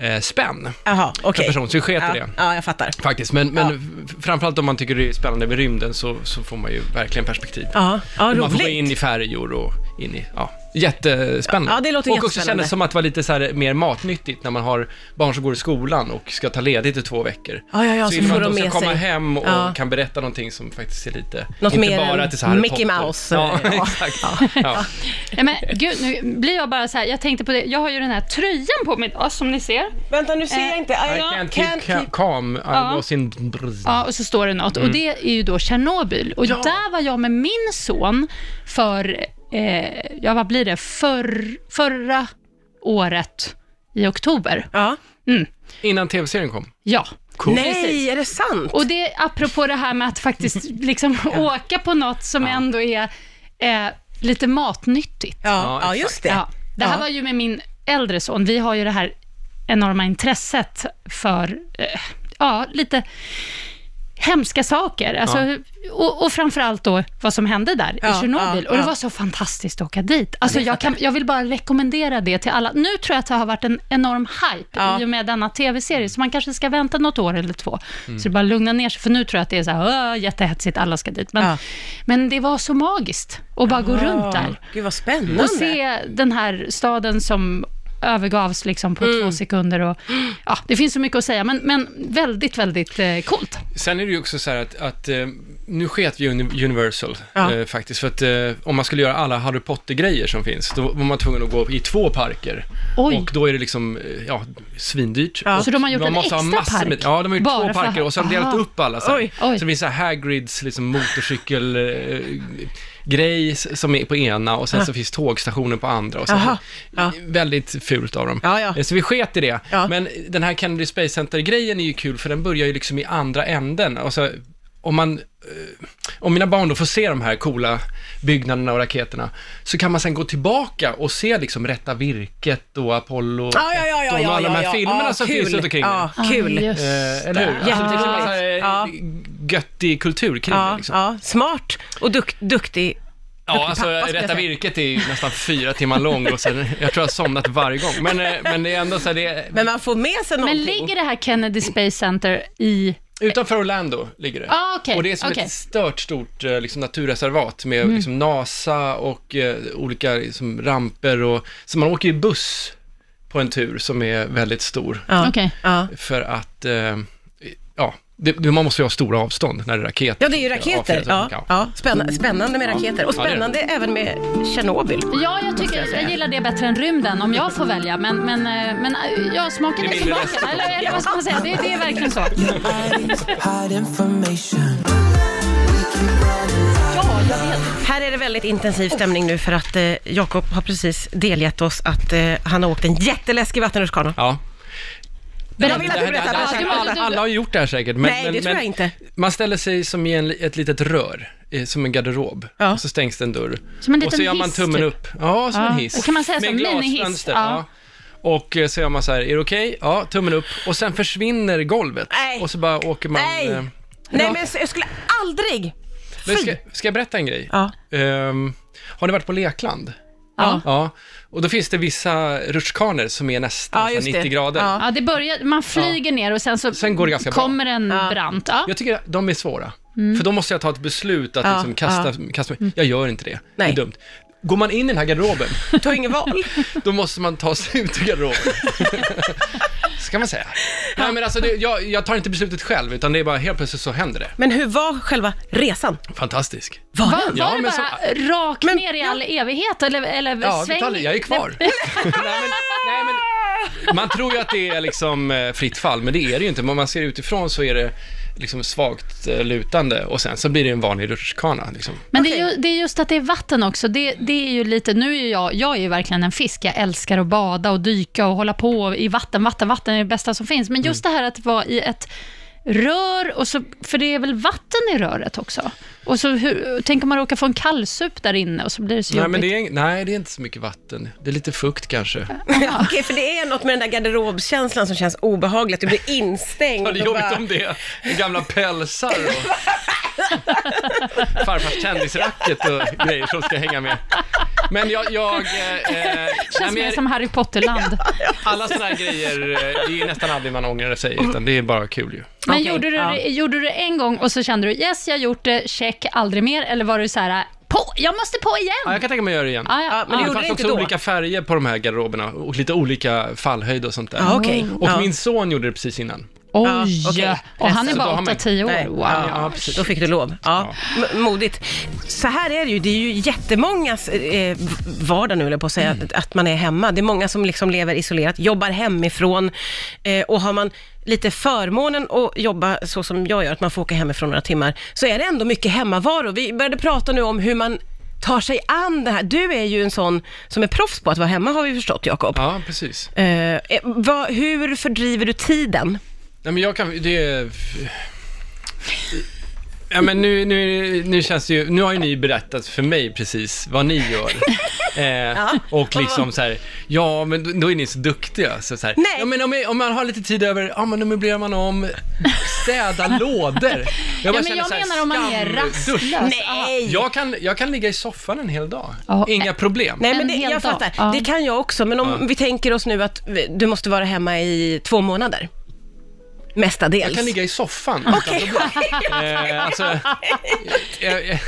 [SPEAKER 3] eh, spänn.
[SPEAKER 2] Jaha, okej.
[SPEAKER 3] person, så vi sket i
[SPEAKER 2] ja.
[SPEAKER 3] det.
[SPEAKER 2] Ja, jag fattar.
[SPEAKER 3] Faktiskt, men, men f- framförallt om man tycker det är spännande med rymden så, så får man ju verkligen perspektiv.
[SPEAKER 2] Ja, ja
[SPEAKER 3] Man får gå
[SPEAKER 2] roligt.
[SPEAKER 3] in i färjor och in i, ja, jättespännande.
[SPEAKER 2] Ja, det låter
[SPEAKER 3] och också
[SPEAKER 2] jättespännande.
[SPEAKER 3] kändes som att det var lite så här mer matnyttigt när man har barn som går i skolan och ska ta ledigt i två veckor.
[SPEAKER 2] Ja, ja, ja, så
[SPEAKER 3] gäller
[SPEAKER 2] får
[SPEAKER 3] det att
[SPEAKER 2] de med
[SPEAKER 3] ska komma
[SPEAKER 2] sig.
[SPEAKER 3] hem och
[SPEAKER 2] Ja.
[SPEAKER 3] kan berätta någonting som faktiskt är lite,
[SPEAKER 2] Något
[SPEAKER 3] inte
[SPEAKER 2] mer
[SPEAKER 3] bara
[SPEAKER 2] än
[SPEAKER 3] till så här
[SPEAKER 2] Mickey
[SPEAKER 3] Potter.
[SPEAKER 2] Mouse,
[SPEAKER 3] Ja,
[SPEAKER 2] eh, ja.
[SPEAKER 3] exakt. Ja.
[SPEAKER 4] Nej, men gud, nu blir jag bara så här, jag tänkte på det, jag har ju den här tröjan på mig idag som ni ser.
[SPEAKER 2] Vänta, nu ser jag inte.
[SPEAKER 3] I
[SPEAKER 2] I
[SPEAKER 3] can't keep ca- calm, I was in...
[SPEAKER 4] Ja, och så står det något. Och det är ju då Tjernobyl. Och
[SPEAKER 3] Mm. Ja.
[SPEAKER 4] där var jag med min son för, eh, ja vad blir det, för, förra året i oktober.
[SPEAKER 2] Ja.
[SPEAKER 3] Innan tv-serien kom.
[SPEAKER 4] Ja.
[SPEAKER 2] Nej, är det sant?
[SPEAKER 4] Och det är apropå det här med att faktiskt liksom åka på något som ändå är eh, lite matnyttigt.
[SPEAKER 2] Ja,
[SPEAKER 3] Ja,
[SPEAKER 2] ja
[SPEAKER 3] exakt.
[SPEAKER 2] just det.
[SPEAKER 4] Ja, det här
[SPEAKER 2] Ja.
[SPEAKER 4] var ju med min äldre son. Vi har ju det här enorma intresset för eh, ja, lite hemska saker. Alltså, och, och framförallt då vad som hände där
[SPEAKER 2] Ja,
[SPEAKER 4] i Tjernobyl.
[SPEAKER 2] ja,
[SPEAKER 4] och det
[SPEAKER 2] ja.
[SPEAKER 4] var så fantastiskt att åka dit. Alltså, jag, kan, jag vill bara rekommendera det till alla. Nu tror jag att det har varit en enorm hype
[SPEAKER 2] Ja.
[SPEAKER 4] i och med denna tv-serie, så man kanske ska vänta något år eller två.
[SPEAKER 2] Mm.
[SPEAKER 4] Så det bara lugna ner sig, för nu tror jag att det är så här, "Åh, jättehetsigt, alla ska dit. Men,
[SPEAKER 2] Ja.
[SPEAKER 4] men det var så magiskt att bara gå runt där.
[SPEAKER 2] Gud vad spännande.
[SPEAKER 4] Och se den här staden som övergavs liksom på
[SPEAKER 3] Mm.
[SPEAKER 4] två sekunder. Och, ja, det finns så mycket att säga, men, men väldigt, väldigt eh, coolt.
[SPEAKER 3] Sen är det ju också så här att, att eh, nu sket vi Uni- Universal
[SPEAKER 2] Ja.
[SPEAKER 3] eh, faktiskt, för att eh, om man skulle göra alla Harry Potter-grejer som finns, då var man tvungen att gå i två parker.
[SPEAKER 4] Oj.
[SPEAKER 3] Och då är det liksom, eh, ja, svindyrt.
[SPEAKER 2] Ja.
[SPEAKER 3] Och
[SPEAKER 4] Så de har gjort
[SPEAKER 3] man
[SPEAKER 4] en
[SPEAKER 3] måste ha
[SPEAKER 4] extra
[SPEAKER 3] massor
[SPEAKER 4] park?
[SPEAKER 3] Med, ja, de har gjort
[SPEAKER 4] Bara
[SPEAKER 3] två
[SPEAKER 4] för-
[SPEAKER 3] parker och så har de delat
[SPEAKER 4] Aha.
[SPEAKER 3] upp alla så här.
[SPEAKER 2] Oj.
[SPEAKER 4] Oj.
[SPEAKER 3] Så det finns så här Hagrids liksom, motorcykel... Eh, grej s- som är på ena och sen så finns tågstationen på andra. Och så
[SPEAKER 2] Aha. Ja.
[SPEAKER 3] Väldigt fult av dem.
[SPEAKER 2] Ja, ja.
[SPEAKER 3] Eh, Så vi sket i det.
[SPEAKER 2] Ja.
[SPEAKER 3] Men den här Kennedy Space Center-grejen är ju kul, för den börjar ju liksom i andra änden. Alltså, om, man, eh, om mina barn då får se de här coola byggnaderna och raketerna, så kan man sen gå tillbaka och se liksom Rätta Virket och Apollo
[SPEAKER 2] Ja, ja, ja, ja,
[SPEAKER 3] 13
[SPEAKER 2] ja,
[SPEAKER 3] och alla de här
[SPEAKER 2] ja, ja.
[SPEAKER 3] filmerna
[SPEAKER 2] Ja,
[SPEAKER 3] som
[SPEAKER 2] kul.
[SPEAKER 3] finns runt omkring
[SPEAKER 2] Ja, kul.
[SPEAKER 4] Ah,
[SPEAKER 2] Ja,
[SPEAKER 4] just
[SPEAKER 3] det. Eh, eller hur?
[SPEAKER 4] det.
[SPEAKER 3] Alltså, det finns en
[SPEAKER 2] Jätteroligt.
[SPEAKER 3] massa
[SPEAKER 2] Ja.
[SPEAKER 3] eh, göttig kultur kring det.
[SPEAKER 2] ja,
[SPEAKER 3] Liksom.
[SPEAKER 2] smart och duk- duktig.
[SPEAKER 3] Ja, alltså
[SPEAKER 2] pappa, skulle jag
[SPEAKER 3] Rätta
[SPEAKER 2] säga.
[SPEAKER 3] Virket är ju nästan fyra timmar lång och sen, jag tror jag har somnat varje gång. Men, eh, men det är ändå så här, det är,
[SPEAKER 2] Men man får med sig
[SPEAKER 4] Men
[SPEAKER 2] någonting.
[SPEAKER 4] ligger det här Kennedy Space Center i
[SPEAKER 3] Utanför Orlando ligger det.
[SPEAKER 4] Ah, okej,
[SPEAKER 3] Och det är som
[SPEAKER 4] okej. Mm.
[SPEAKER 3] ett stört stort eh, liksom, naturreservat med liksom, NASA och eh, olika liksom, ramper och... Så man åker ju buss på en tur som är väldigt stor.
[SPEAKER 2] Ja.
[SPEAKER 4] Okej.
[SPEAKER 2] Ja.
[SPEAKER 3] För att, eh, ja, det, det- man måste ju ha stora avstånd när det är raketer.
[SPEAKER 2] ja, det är ju
[SPEAKER 3] som ska
[SPEAKER 2] raketer.
[SPEAKER 3] avfyras.
[SPEAKER 2] Ja. Ja. Spänna, spännande med raketer och
[SPEAKER 3] Ja, det är det.
[SPEAKER 2] spännande även med Tjernobyl.
[SPEAKER 4] Ja, jag, tycker, jag gillar det bättre än rymden om jag får välja. Men, men, eh, men eh, ja, smaken
[SPEAKER 3] Det
[SPEAKER 4] är
[SPEAKER 3] är mindre
[SPEAKER 4] tillbaka. Eller, eller vad ska man säga? Det, det är verkligen så.
[SPEAKER 5] Hide information.
[SPEAKER 4] Ja, jag vet.
[SPEAKER 2] Här är det väldigt intensiv stämning nu för att eh, Jakob har precis delgett oss att eh, han har åkt en jätteläskig vattenrutschkana.
[SPEAKER 3] Ja.
[SPEAKER 2] Jag vill att du
[SPEAKER 3] Det här- det
[SPEAKER 2] berättar.
[SPEAKER 3] här-
[SPEAKER 4] Ja, du
[SPEAKER 3] säkert-
[SPEAKER 4] måste-
[SPEAKER 3] alla,
[SPEAKER 4] du-
[SPEAKER 3] alla har gjort det här säkert. Men,
[SPEAKER 2] Nej,
[SPEAKER 3] men,
[SPEAKER 2] det tror
[SPEAKER 3] men,
[SPEAKER 2] jag inte.
[SPEAKER 3] Man ställer sig som i en, li- ett litet rör, eh, som en garderob.
[SPEAKER 2] Ja.
[SPEAKER 3] Och så stängs det en dörr.
[SPEAKER 4] Som en
[SPEAKER 3] och så
[SPEAKER 4] liten
[SPEAKER 3] gör man
[SPEAKER 4] hiss,
[SPEAKER 3] tummen
[SPEAKER 4] typ.
[SPEAKER 3] upp. Ja, som
[SPEAKER 4] Ja.
[SPEAKER 3] en hiss.
[SPEAKER 4] Och kan man säga
[SPEAKER 3] Med
[SPEAKER 4] som minihiss?
[SPEAKER 3] glasfönster,
[SPEAKER 4] Ja.
[SPEAKER 3] ja. Och eh, så gör man så här, är det okej? Ja, tummen upp. Och sen försvinner golvet.
[SPEAKER 2] Nej.
[SPEAKER 3] Och så bara åker man...
[SPEAKER 2] Nej.
[SPEAKER 3] eh,
[SPEAKER 2] Nej, men jag skulle aldrig...
[SPEAKER 3] Men ska, ska jag berätta en grej?
[SPEAKER 2] Ja.
[SPEAKER 3] Ehm, har ni varit på Lekland?
[SPEAKER 4] Ja.
[SPEAKER 3] Ja, och då finns det vissa rutschkanor som är nästan
[SPEAKER 2] Ja,
[SPEAKER 3] så här
[SPEAKER 2] just det.
[SPEAKER 3] Alltså, 90 grader.
[SPEAKER 2] Ja.
[SPEAKER 4] Ja, det börjar, man flyger ner och sen så
[SPEAKER 3] Sen går det ganska bra.
[SPEAKER 4] kommer en
[SPEAKER 2] Ja.
[SPEAKER 4] brant. Ja.
[SPEAKER 3] Jag tycker att de är svåra, för då måste jag ta ett beslut att
[SPEAKER 2] Ja,
[SPEAKER 3] liksom kasta, kasta mig. Jag gör inte det,
[SPEAKER 2] Nej.
[SPEAKER 3] det är dumt. Går man in i den här garderoben,
[SPEAKER 2] Du har inget val.
[SPEAKER 3] då måste man ta sig ut ur garderoben. Så kan man säga. Nej, men alltså, det, jag, jag tar inte beslutet själv, utan det är bara helt plötsligt så händer det.
[SPEAKER 2] Men hur var själva resan?
[SPEAKER 3] Fantastisk.
[SPEAKER 2] Var
[SPEAKER 4] Var,
[SPEAKER 2] den?
[SPEAKER 4] var
[SPEAKER 3] Ja,
[SPEAKER 4] det
[SPEAKER 3] men
[SPEAKER 4] bara
[SPEAKER 3] så-
[SPEAKER 4] rakt
[SPEAKER 2] Men-
[SPEAKER 4] ner i all evighet? Eller, eller
[SPEAKER 3] Ja,
[SPEAKER 4] sväng?
[SPEAKER 3] vi tar, jag är kvar. nej, men, nej, men, man tror ju att det är liksom eh, fritt fall, men det är det ju inte. Om man ser utifrån så är det liksom svagt eh, lutande och sen så blir det en vanlig rutschkana. Liksom.
[SPEAKER 4] Men det, är
[SPEAKER 2] Okej.
[SPEAKER 4] ju, det är just att det är vatten också. Det, det är ju lite, nu är ju jag, jag är ju verkligen en fisk. Jag älskar att bada och dyka och hålla på i vatten. Vatten, vatten är det bästa som finns. Men just
[SPEAKER 3] Mm.
[SPEAKER 4] det här att vara i ett rör, och så, för det är väl vatten i röret också? Och så hur, tänk om man råkar få en kallsup där inne och så blir det så
[SPEAKER 3] Nej,
[SPEAKER 4] jobbigt.
[SPEAKER 3] men det är, nej, det är inte så mycket vatten. Det är lite fukt kanske.
[SPEAKER 2] Ja, Okej, för det är något med den där garderobskänslan som känns obehagligt. att Du blir instängd.
[SPEAKER 3] Ja, det är
[SPEAKER 2] och
[SPEAKER 3] jobbigt
[SPEAKER 2] bara-
[SPEAKER 3] om det är gamla pälsar och farfars kändisracket och grejer som ska hänga med. Men jag... jag eh, eh, nej,
[SPEAKER 4] Känns
[SPEAKER 3] men
[SPEAKER 4] mer
[SPEAKER 3] jag-
[SPEAKER 4] som Harry Potter-land.
[SPEAKER 3] alla sådana här grejer, eh, det är ju nästan aldrig man ångrar sig, utan det är bara kul ju.
[SPEAKER 4] Men
[SPEAKER 2] Okej,
[SPEAKER 4] gjorde, du,
[SPEAKER 2] ja.
[SPEAKER 4] det- gjorde du det en gång och så kände du yes, jag har gjort det, check, aldrig mer? Eller var du så här, på, jag måste på igen?
[SPEAKER 3] Ja, jag kan tänka mig att göra det igen.
[SPEAKER 4] Ja, ja,
[SPEAKER 2] Ja, men det
[SPEAKER 4] ja.
[SPEAKER 2] gjorde
[SPEAKER 3] det fanns
[SPEAKER 2] inte
[SPEAKER 3] också
[SPEAKER 2] då.
[SPEAKER 3] olika färger på de här garderoberna och lite olika fallhöjd och sånt där.
[SPEAKER 4] Ah,
[SPEAKER 2] Ja, okej.
[SPEAKER 3] Och
[SPEAKER 2] Ja.
[SPEAKER 3] min son gjorde det precis innan.
[SPEAKER 4] Oj!
[SPEAKER 2] Ja, okej.
[SPEAKER 4] Och han är
[SPEAKER 3] Så då
[SPEAKER 4] bara
[SPEAKER 3] har man-
[SPEAKER 4] 8-10 år.
[SPEAKER 2] Nej.
[SPEAKER 4] Wow.
[SPEAKER 2] Ja,
[SPEAKER 3] Ja, precis.
[SPEAKER 2] Då fick du lov. Ja. M- Modigt. Så här är det ju, det är ju jättemångas eh, vardag nu, höll jag på att säga,
[SPEAKER 3] Mm.
[SPEAKER 2] att- att man är hemma. Det är många som liksom lever isolerat, jobbar hemifrån eh, och har man lite förmånen att jobba så som jag gör, att man får åka hemifrån några timmar, så är det ändå mycket hemmavaro. Vi började prata nu om hur man tar sig an det här. Du är ju en sån som är proffs på att vara hemma, har vi förstått, Jakob.
[SPEAKER 3] Ja, precis.
[SPEAKER 2] Eh, eh, vad- hur fördriver du tiden?
[SPEAKER 3] Nej, men jag kan... Det... är- Ja, men nu, nu, nu känns det ju... Nu har ju ni berättat för mig precis vad ni gör. Eh, Och liksom så här, ja men då- då är ni så duktiga. Så så här,
[SPEAKER 2] Nej.
[SPEAKER 3] Ja, men om, jag- om man har lite tid över, ja men då möblerar man om, städa lådor. Jag
[SPEAKER 4] Ja,
[SPEAKER 3] bara
[SPEAKER 4] men
[SPEAKER 3] känner
[SPEAKER 4] jag
[SPEAKER 3] så här,
[SPEAKER 4] menar om man är
[SPEAKER 3] skamdusch.
[SPEAKER 4] rastlös.
[SPEAKER 2] Alltså, Nej!
[SPEAKER 3] Jag kan, jag kan ligga i soffan en hel dag.
[SPEAKER 4] Ja.
[SPEAKER 3] Inga problem.
[SPEAKER 2] Nej,
[SPEAKER 4] En
[SPEAKER 2] men det,
[SPEAKER 4] hel
[SPEAKER 2] jag
[SPEAKER 4] dag.
[SPEAKER 2] fattar.
[SPEAKER 4] Ja.
[SPEAKER 2] Det kan jag också, men om
[SPEAKER 3] Ja.
[SPEAKER 2] vi tänker oss nu att vi- du måste vara hemma i två månader. Mestadels.
[SPEAKER 3] Jag kan ligga i soffan. Okej. Eh, alltså, jag, jag,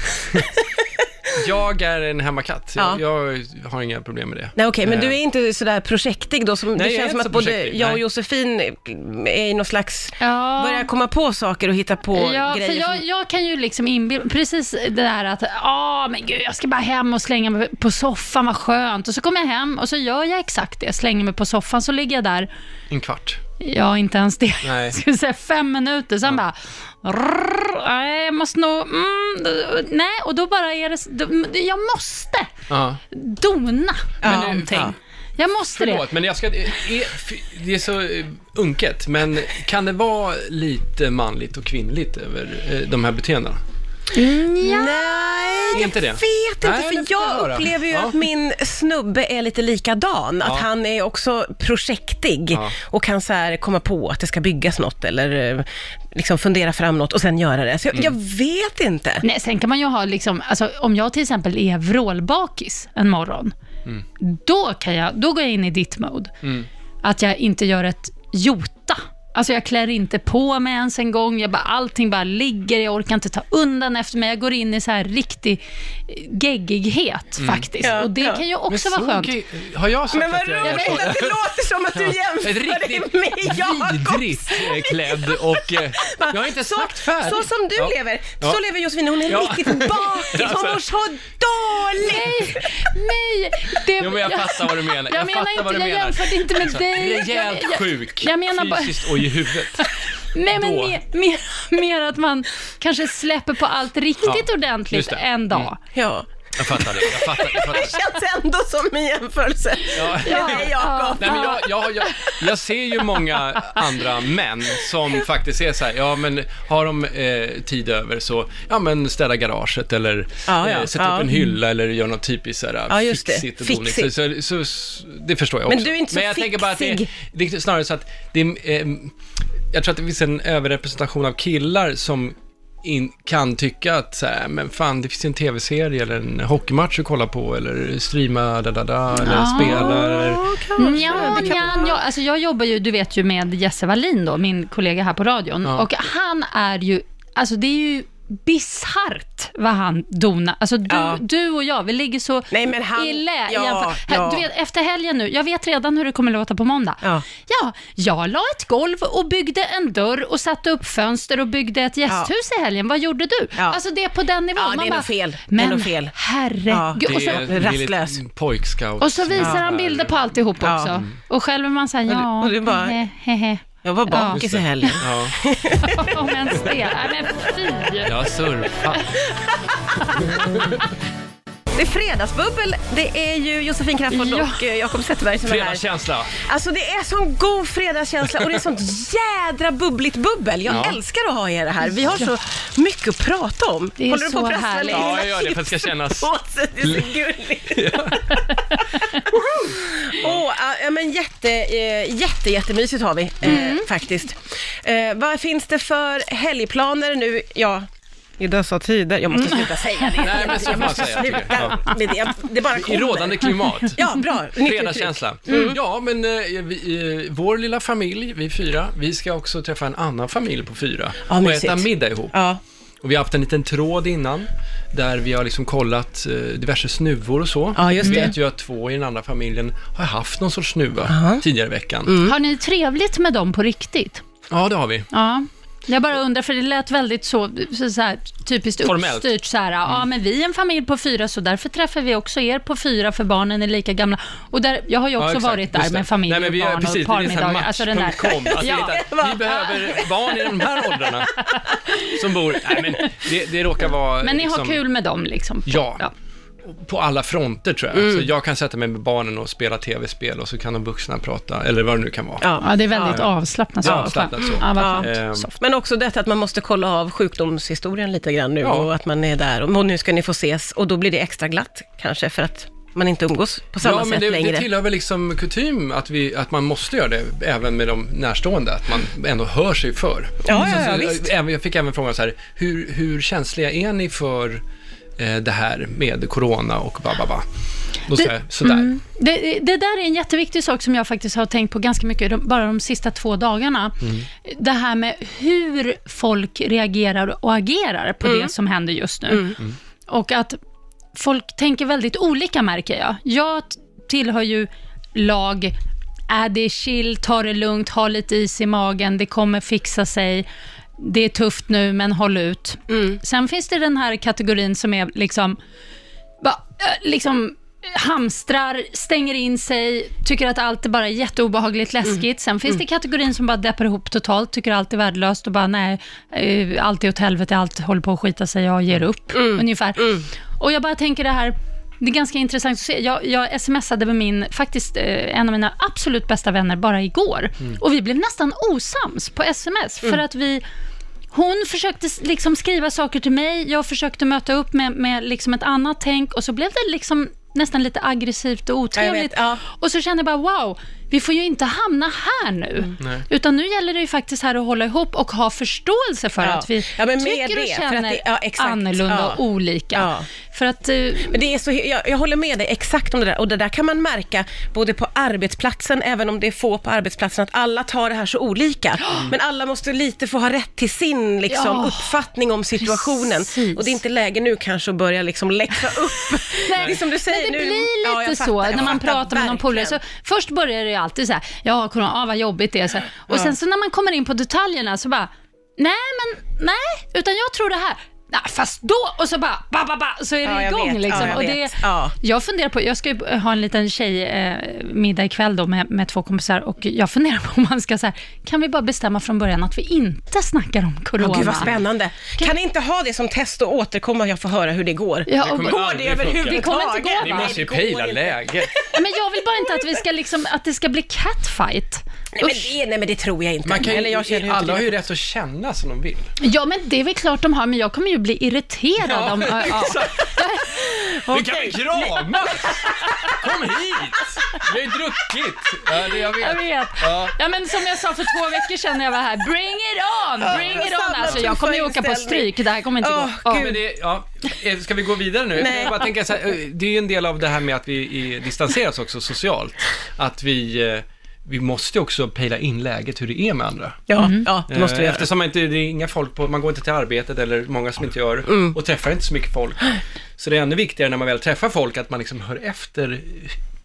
[SPEAKER 3] jag är en hemmakatt. Jag, jag har inga problem med det.
[SPEAKER 2] Nej okej, men
[SPEAKER 3] Eh,
[SPEAKER 2] du är inte sådär projektig då? Som,
[SPEAKER 3] jag
[SPEAKER 2] det
[SPEAKER 3] är
[SPEAKER 2] känns som
[SPEAKER 3] inte
[SPEAKER 2] att
[SPEAKER 3] så
[SPEAKER 2] både
[SPEAKER 3] projektig,
[SPEAKER 2] jag och
[SPEAKER 3] nej.
[SPEAKER 2] Josefin är i någon slags...
[SPEAKER 4] Ja.
[SPEAKER 2] Börjar komma på saker och hitta på
[SPEAKER 4] Ja, för
[SPEAKER 2] grejer.
[SPEAKER 4] jag,
[SPEAKER 2] som-
[SPEAKER 4] jag kan ju liksom inbilda precis det där att, ja men gud, jag ska bara hem och slänga mig på soffan, vad skönt. Och så kommer jag hem och så gör jag exakt det, slänger mig på soffan, så ligger jag där,
[SPEAKER 3] En kvart.
[SPEAKER 4] ja inte ens det,
[SPEAKER 3] Nej.
[SPEAKER 4] jag skulle säga fem minuter, sen bara, rrr, nej jag måste nog, mm, nej, och då bara är det, då- jag måste
[SPEAKER 3] Ja.
[SPEAKER 4] dona
[SPEAKER 2] Ja.
[SPEAKER 4] någonting.
[SPEAKER 2] Ja.
[SPEAKER 4] Jag måste det.
[SPEAKER 3] Förlåt, men jag ska... Är, det är så eh, unket, men kan det vara lite manligt och kvinnligt över eh, de här beteendena?
[SPEAKER 2] Nej, jag
[SPEAKER 3] Inte det?
[SPEAKER 2] vet inte,
[SPEAKER 3] Nej,
[SPEAKER 2] för
[SPEAKER 3] det får jag
[SPEAKER 2] jag
[SPEAKER 3] höra.
[SPEAKER 2] upplever ju
[SPEAKER 3] Ja.
[SPEAKER 2] att min snubbe är lite likadan. Att
[SPEAKER 3] Ja.
[SPEAKER 2] han är också projektig
[SPEAKER 3] Ja.
[SPEAKER 2] och kan så här komma på att det ska byggas något eller eh, liksom fundera fram något och sen göra det. Så jag, jag
[SPEAKER 3] Mm.
[SPEAKER 2] vet inte.
[SPEAKER 4] Nej, sen kan man ju ha, liksom, alltså, om jag till exempel är vrålbakis en morgon,
[SPEAKER 3] Mm.
[SPEAKER 4] då, kan jag, då går jag in i ditt mode. Att jag inte gör ett jota. Alltså jag klär inte på mig ens en gång. Jag bara, allting bara ligger. Jag orkar inte ta undan efter mig. Jag går in i så här riktig eh, geggighet
[SPEAKER 3] Mm.
[SPEAKER 4] faktiskt.
[SPEAKER 2] Ja,
[SPEAKER 4] och det
[SPEAKER 2] ja.
[SPEAKER 4] kan ju också vara skönt.
[SPEAKER 3] ge- Har jag sagt
[SPEAKER 2] Men vad
[SPEAKER 3] att jag är
[SPEAKER 2] roligt
[SPEAKER 3] så?
[SPEAKER 2] att det låter som att du jämför
[SPEAKER 3] Ett
[SPEAKER 2] dig
[SPEAKER 3] riktigt
[SPEAKER 2] med Jakob.
[SPEAKER 3] vidrigt eh, klädd och... eh, Jag har inte sagt färdigt.
[SPEAKER 2] Så som du
[SPEAKER 3] Ja.
[SPEAKER 2] lever,
[SPEAKER 3] Ja.
[SPEAKER 2] så lever Josefin. Hon är
[SPEAKER 3] Ja.
[SPEAKER 2] riktigt bakis, hon mår så dåligt.
[SPEAKER 4] Nej, det,
[SPEAKER 3] Jo, men jag fattar vad du menar.
[SPEAKER 4] Jag,
[SPEAKER 3] Jag
[SPEAKER 4] menar
[SPEAKER 3] fattar
[SPEAKER 4] inte,
[SPEAKER 3] vad du
[SPEAKER 4] jag
[SPEAKER 3] menar. Alltså,
[SPEAKER 4] jämförde inte med dig.
[SPEAKER 3] Rejält
[SPEAKER 4] jag, jag,
[SPEAKER 3] sjuk,
[SPEAKER 4] jag menar bara-
[SPEAKER 3] fysiskt och i huvudet.
[SPEAKER 4] Nej, men
[SPEAKER 3] Då.
[SPEAKER 4] mer, mer, mer att man kanske släpper på allt riktigt
[SPEAKER 3] Ja, just
[SPEAKER 4] ordentligt
[SPEAKER 3] det. Mm.
[SPEAKER 4] en dag.
[SPEAKER 2] Ja,
[SPEAKER 3] Jag fattar det. Jag fattar, jag
[SPEAKER 2] det
[SPEAKER 3] fattar.
[SPEAKER 2] känns ändå som en jämförelse
[SPEAKER 3] Ja.
[SPEAKER 2] med Jakob.
[SPEAKER 3] Nej, men jag, jag, jag, jag ser ju många andra män som faktiskt är så här, ja men har de eh, tid över så, ja men städa garaget eller
[SPEAKER 2] Ja, ja,
[SPEAKER 3] eh, sätta
[SPEAKER 2] ja.
[SPEAKER 3] upp en hylla eller göra något typiskt så här,
[SPEAKER 2] Ja, just det.
[SPEAKER 3] fixigt och donigt.
[SPEAKER 2] Fixigt.
[SPEAKER 3] Så, så, så, det förstår jag
[SPEAKER 2] Men
[SPEAKER 3] också.
[SPEAKER 2] du är inte så
[SPEAKER 3] men jag tänker bara att det,
[SPEAKER 2] fixig.
[SPEAKER 3] det är snarare så att det är, eh, jag tror att det finns en överrepresentation av killar som in, kan tycka att så här, men fan, det finns en tv-serie eller en hockeymatch att kolla på eller streama, da, da, da, eller
[SPEAKER 4] Ah.
[SPEAKER 3] spela eller...
[SPEAKER 4] Nja, nja, nja. Alltså Mm, jag jobbar ju, du vet ju med Jesse Wallin då, min kollega här på radion.
[SPEAKER 3] Ja.
[SPEAKER 4] Och han är ju, alltså det är ju bisarrt vad han donar. Alltså du,
[SPEAKER 2] Ja.
[SPEAKER 4] du och jag, vi ligger så
[SPEAKER 2] Nej, men han-
[SPEAKER 4] i lä i
[SPEAKER 2] ja,
[SPEAKER 4] jämför- här,
[SPEAKER 2] ja.
[SPEAKER 4] Du vet, efter helgen nu, jag vet redan hur det kommer låta på måndag.
[SPEAKER 2] Ja.
[SPEAKER 4] ja, jag la ett golv och byggde en dörr och satte upp fönster och byggde ett gästhus i helgen. Vad gjorde du?
[SPEAKER 2] Ja.
[SPEAKER 4] Alltså det är på den nivån.
[SPEAKER 2] Ja, det
[SPEAKER 4] Man
[SPEAKER 2] är nog
[SPEAKER 4] bara,
[SPEAKER 2] fel. Det är
[SPEAKER 4] Men
[SPEAKER 2] nog fel."
[SPEAKER 4] herregud.
[SPEAKER 2] Ja.
[SPEAKER 4] Och så,
[SPEAKER 3] Det
[SPEAKER 2] Det är
[SPEAKER 3] är
[SPEAKER 2] rastlös.
[SPEAKER 3] lite pojkscout.
[SPEAKER 4] och så visar han bilder på alltihop
[SPEAKER 2] Ja. Mm.
[SPEAKER 4] också. Och själv är man såhär, ja,
[SPEAKER 2] och du bara-
[SPEAKER 4] he, he, he.
[SPEAKER 2] Jag var
[SPEAKER 4] Ja.
[SPEAKER 2] bakis i helgen.
[SPEAKER 3] Ja,
[SPEAKER 4] Om ens det. Nej men fy.
[SPEAKER 3] jag surfar.
[SPEAKER 2] Det är fredagsbubbel. Det är ju Josefin Crafoord
[SPEAKER 4] Ja.
[SPEAKER 2] och eh, Jakob Zetterberg som är här.
[SPEAKER 3] Fredagskänsla.
[SPEAKER 2] Alltså det är sån god fredagskänsla och det är sånt jädra bubbligt bubbel. Jag älskar att ha er här. Vi har så mycket att prata om.
[SPEAKER 4] Det är
[SPEAKER 2] Håller du på
[SPEAKER 4] så
[SPEAKER 2] att pressa
[SPEAKER 4] härligt.
[SPEAKER 2] eller?
[SPEAKER 3] Ja, jag gör det för att det ska kännas-
[SPEAKER 2] Påse, det är så gulligt. Åh, ja, men jätte, eh, jätte, jättemysigt har vi eh, faktiskt. Eh, vad finns det för helgplaner nu? Ja, Mm. i dessa tider. Jag måste sluta säga det.
[SPEAKER 3] Nej, men så får man säga. tycker jag.
[SPEAKER 2] Sluta med det. Det bara
[SPEAKER 3] Ja. I
[SPEAKER 2] kommer.
[SPEAKER 3] rådande klimat.
[SPEAKER 2] Ja, Mm. bra.
[SPEAKER 3] Fredagskänsla. Ja, men eh, vi, eh, vår lilla familj, vi fyra, vi ska också träffa en annan familj på fyra
[SPEAKER 2] Ja,
[SPEAKER 3] och
[SPEAKER 2] mysigt.
[SPEAKER 3] äta middag ihop.
[SPEAKER 2] Ja.
[SPEAKER 3] Och vi har haft en liten tråd innan, där vi har liksom kollat eh, diverse snuvor och så.
[SPEAKER 2] Ja, just
[SPEAKER 3] vi
[SPEAKER 2] det.
[SPEAKER 3] vet ju att två i den andra familjen har haft någon sorts snuva tidigare i veckan.
[SPEAKER 2] Mm.
[SPEAKER 4] Har ni trevligt med dem på riktigt?
[SPEAKER 3] Ja, det har vi.
[SPEAKER 4] Ja. Jag bara undrar, för det lät väldigt så, så, så här, typiskt
[SPEAKER 3] Formellt. Mm.
[SPEAKER 4] uppstyrt. Så här, Ja, men vi är en familj på fyra, så därför träffar vi också er på fyra, för barnen är lika gamla. Och där, jag har ju
[SPEAKER 3] Ja,
[SPEAKER 4] också
[SPEAKER 3] exakt.
[SPEAKER 4] varit där
[SPEAKER 3] Just det.
[SPEAKER 4] med familj
[SPEAKER 3] Nej, men vi
[SPEAKER 4] och
[SPEAKER 3] är-
[SPEAKER 4] barn
[SPEAKER 3] precis,
[SPEAKER 4] och
[SPEAKER 3] det är en sån här
[SPEAKER 4] parmiddagar. Alltså den där.
[SPEAKER 3] Match.com. Alltså,
[SPEAKER 4] Ja.
[SPEAKER 3] vi hittar- Vi behöver barn i de här åldrarna som bor... Nej, men det, det råkar vara...
[SPEAKER 4] Men ni har
[SPEAKER 3] liksom,
[SPEAKER 4] kul med dem liksom? på-
[SPEAKER 3] Ja. På alla fronter tror jag.
[SPEAKER 4] Mm.
[SPEAKER 3] Så jag kan sätta mig med barnen och spela tv-spel och så kan de vuxna prata, eller vad det nu kan vara.
[SPEAKER 4] Ja, det är väldigt avslappnat.
[SPEAKER 3] Det är
[SPEAKER 4] så.
[SPEAKER 3] avslappnat så.
[SPEAKER 4] Ja, vad
[SPEAKER 2] Ja.
[SPEAKER 4] skönt.
[SPEAKER 3] Ehm,
[SPEAKER 2] Men också detta att man måste kolla av sjukdomshistorien lite grann nu
[SPEAKER 3] Ja.
[SPEAKER 2] och att man är där och nu ska ni få ses och då blir det extra glatt kanske för att man inte umgås på samma
[SPEAKER 3] ja, men
[SPEAKER 2] sätt
[SPEAKER 3] det,
[SPEAKER 2] längre.
[SPEAKER 3] det tillhör väl liksom kutym att, vi, att man måste göra det, även med de närstående, att man ändå hör sig för.
[SPEAKER 2] Ja, ja, ja,
[SPEAKER 3] så,
[SPEAKER 2] visst.
[SPEAKER 3] även, jag fick även frågan så här, hur, hur känsliga är ni för eh, det här med corona och ba, ba, ba? Då sa jag, sådär.
[SPEAKER 2] Mm.
[SPEAKER 4] Det, det där är en jätteviktig sak som jag faktiskt har tänkt på ganska mycket, de, bara de sista två dagarna. Det här med hur folk reagerar och agerar på det som händer just nu. Och att folk tänker väldigt olika märker jag. Jag t- tillhör ju lag, är det är chill, ta det lugnt, ha lite is i magen, det kommer fixa sig. Det är tufft nu, men håll ut. Sen finns det den här kategorin som är liksom, bara, eh, liksom hamstrar, stänger in sig, tycker att allt är bara jätteobehagligt läskigt. Sen finns det kategorin som bara deppar ihop totalt, tycker allt är värdelöst och bara nej, eh, allt är åt helvete, allt håller på att skita sig, jag ger upp ungefär. Och jag bara tänker det här, det är ganska intressant att se. Jag, jag smsade med min, faktiskt eh, en av mina absolut bästa vänner bara igår och vi blev nästan osams på sms för att vi hon försökte s- liksom skriva saker till mig, jag försökte möta upp med, med liksom ett annat tänk och så blev det liksom nästan lite aggressivt och
[SPEAKER 2] jag vet,
[SPEAKER 4] otrevligt.
[SPEAKER 2] ja.
[SPEAKER 4] Och så känner jag bara, wow, vi får ju inte hamna här nu.
[SPEAKER 2] Mm.
[SPEAKER 3] Nej.
[SPEAKER 4] Utan nu gäller det ju faktiskt här att hålla ihop och ha förståelse för
[SPEAKER 2] Ja.
[SPEAKER 4] att vi
[SPEAKER 2] Ja, men med
[SPEAKER 4] tycker och
[SPEAKER 2] det, för att
[SPEAKER 4] känner
[SPEAKER 2] det- ja, exakt.
[SPEAKER 4] annorlunda
[SPEAKER 2] Ja.
[SPEAKER 4] och olika.
[SPEAKER 2] Ja.
[SPEAKER 4] För att, eh,
[SPEAKER 2] Men det är så, jag, jag håller med dig exakt om det där. Och det där kan man märka både på arbetsplatsen, även om det är få på arbetsplatsen, att alla tar det här så olika. Men alla måste lite få ha rätt till sin liksom,
[SPEAKER 4] Ja.
[SPEAKER 2] uppfattning om situationen.
[SPEAKER 4] Precis.
[SPEAKER 2] Och det är inte läge nu kanske att börja liksom läxa upp.
[SPEAKER 4] Nej,
[SPEAKER 2] Det är som du säger
[SPEAKER 4] men det
[SPEAKER 2] nu.
[SPEAKER 4] blir
[SPEAKER 2] Ja,
[SPEAKER 4] lite
[SPEAKER 2] jag fattar,
[SPEAKER 4] så
[SPEAKER 2] jag
[SPEAKER 4] när man
[SPEAKER 2] fattar
[SPEAKER 4] pratar med någon polare. Så
[SPEAKER 2] verkligen.
[SPEAKER 4] först börjar det ju alltid så här, ja, corona, ah, vad jobbigt det är. Så här. Och sen så när man kommer in på detaljerna så bara, nej, men nej, utan jag tror det här. Nej, fast då, och så bara, ba, ba, ba, så är
[SPEAKER 2] Ja,
[SPEAKER 4] det
[SPEAKER 2] jag
[SPEAKER 4] igång
[SPEAKER 2] vet. Ja,
[SPEAKER 4] liksom.
[SPEAKER 2] jag
[SPEAKER 4] och det,
[SPEAKER 2] vet. Ja.
[SPEAKER 4] Jag funderar på, jag ska ju ha en liten tjejmiddag eh, middag ikväll då med, med två kompisar och jag funderar på om man ska så här, kan vi bara bestämma från början att vi inte snackar om corona?
[SPEAKER 2] Åh, Gud vad spännande. Kan ni inte ha det som test och återkomma och jag får höra hur det går?
[SPEAKER 4] Ja,
[SPEAKER 3] Det
[SPEAKER 4] och,
[SPEAKER 3] kommer
[SPEAKER 2] Går
[SPEAKER 3] aldrig
[SPEAKER 2] det överhuvudtaget?
[SPEAKER 4] Det kommer inte gå,
[SPEAKER 3] Ni
[SPEAKER 4] va?
[SPEAKER 2] Nej,
[SPEAKER 3] måste ju
[SPEAKER 2] det går
[SPEAKER 3] pejla
[SPEAKER 2] inte.
[SPEAKER 3] läget.
[SPEAKER 4] men jag vill bara inte att, vi ska liksom, att det ska bli catfight.
[SPEAKER 2] Nej men,
[SPEAKER 4] Usch.
[SPEAKER 2] det, nej men det tror jag inte.
[SPEAKER 3] Man kan
[SPEAKER 2] Eller jag känner
[SPEAKER 3] ju,
[SPEAKER 2] inte
[SPEAKER 3] alla
[SPEAKER 2] det.
[SPEAKER 3] har ju rätt att känna som de vill.
[SPEAKER 4] Ja, men det är väl klart de har, men jag kommer ju bli irriterad om... Ja, ja.
[SPEAKER 3] Du kan väl kramas? Kom hit! Vi har ju druckit. Ja, det jag vet.
[SPEAKER 4] Jag vet.
[SPEAKER 3] Ja.
[SPEAKER 4] Ja, men som jag sa för två veckor sedan när jag var här, bring it on! Bring it on! Alltså, jag kommer ju åka på stryk, det här kommer inte gå.
[SPEAKER 2] Åh,
[SPEAKER 4] Ja.
[SPEAKER 2] gud.
[SPEAKER 3] Men det, ja. Eh, Ska vi gå vidare nu?
[SPEAKER 2] Nej.
[SPEAKER 3] Jag bara tänker så här, eh, det är ju en del av det här med att vi eh, distanserar oss också socialt. Att vi, eh, vi måste ju också pejla in läget hur det är med andra.
[SPEAKER 2] Ja,
[SPEAKER 4] Mm.
[SPEAKER 2] ja, det måste vi
[SPEAKER 3] Eh,
[SPEAKER 2] göra.
[SPEAKER 3] Eftersom man inte, det är inga folk på, man går inte till arbetet eller många som inte gör och träffar inte så mycket folk. Så det är ännu viktigare när man väl träffar folk att man liksom hör efter.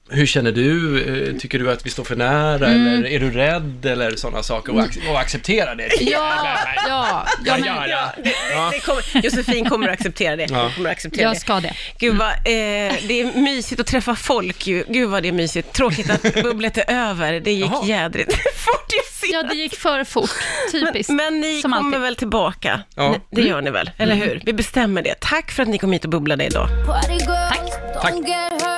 [SPEAKER 3] Hur känner du? Eh, Tycker du att vi står för nära? Eller är du rädd? Eller sådana saker. Och, ac- och acceptera det.
[SPEAKER 4] Ja, ja, ja,
[SPEAKER 3] Jag
[SPEAKER 4] men,
[SPEAKER 3] gör det.
[SPEAKER 2] Det- det kommer, Josefin kommer att acceptera det.
[SPEAKER 3] Ja.
[SPEAKER 2] Hon Kommer att acceptera
[SPEAKER 4] jag ska det.
[SPEAKER 2] Gud vad, eh, det är mysigt att träffa folk ju. Gud vad det är mysigt. Tråkigt att bubblet är över. Det gick
[SPEAKER 3] Jaha.
[SPEAKER 2] jädrigt fort ju
[SPEAKER 4] Ja,
[SPEAKER 2] senast.
[SPEAKER 4] det gick för fort. Typiskt.
[SPEAKER 2] Men ni
[SPEAKER 4] som
[SPEAKER 2] kommer
[SPEAKER 4] alltid.
[SPEAKER 2] väl tillbaka?
[SPEAKER 3] Ja. Mm.
[SPEAKER 2] N- Det gör ni väl, eller hur? Vi bestämmer det. Tack för att ni kom hit och bubblade idag.
[SPEAKER 6] Party girls,
[SPEAKER 4] Tack.
[SPEAKER 6] don't get hurt.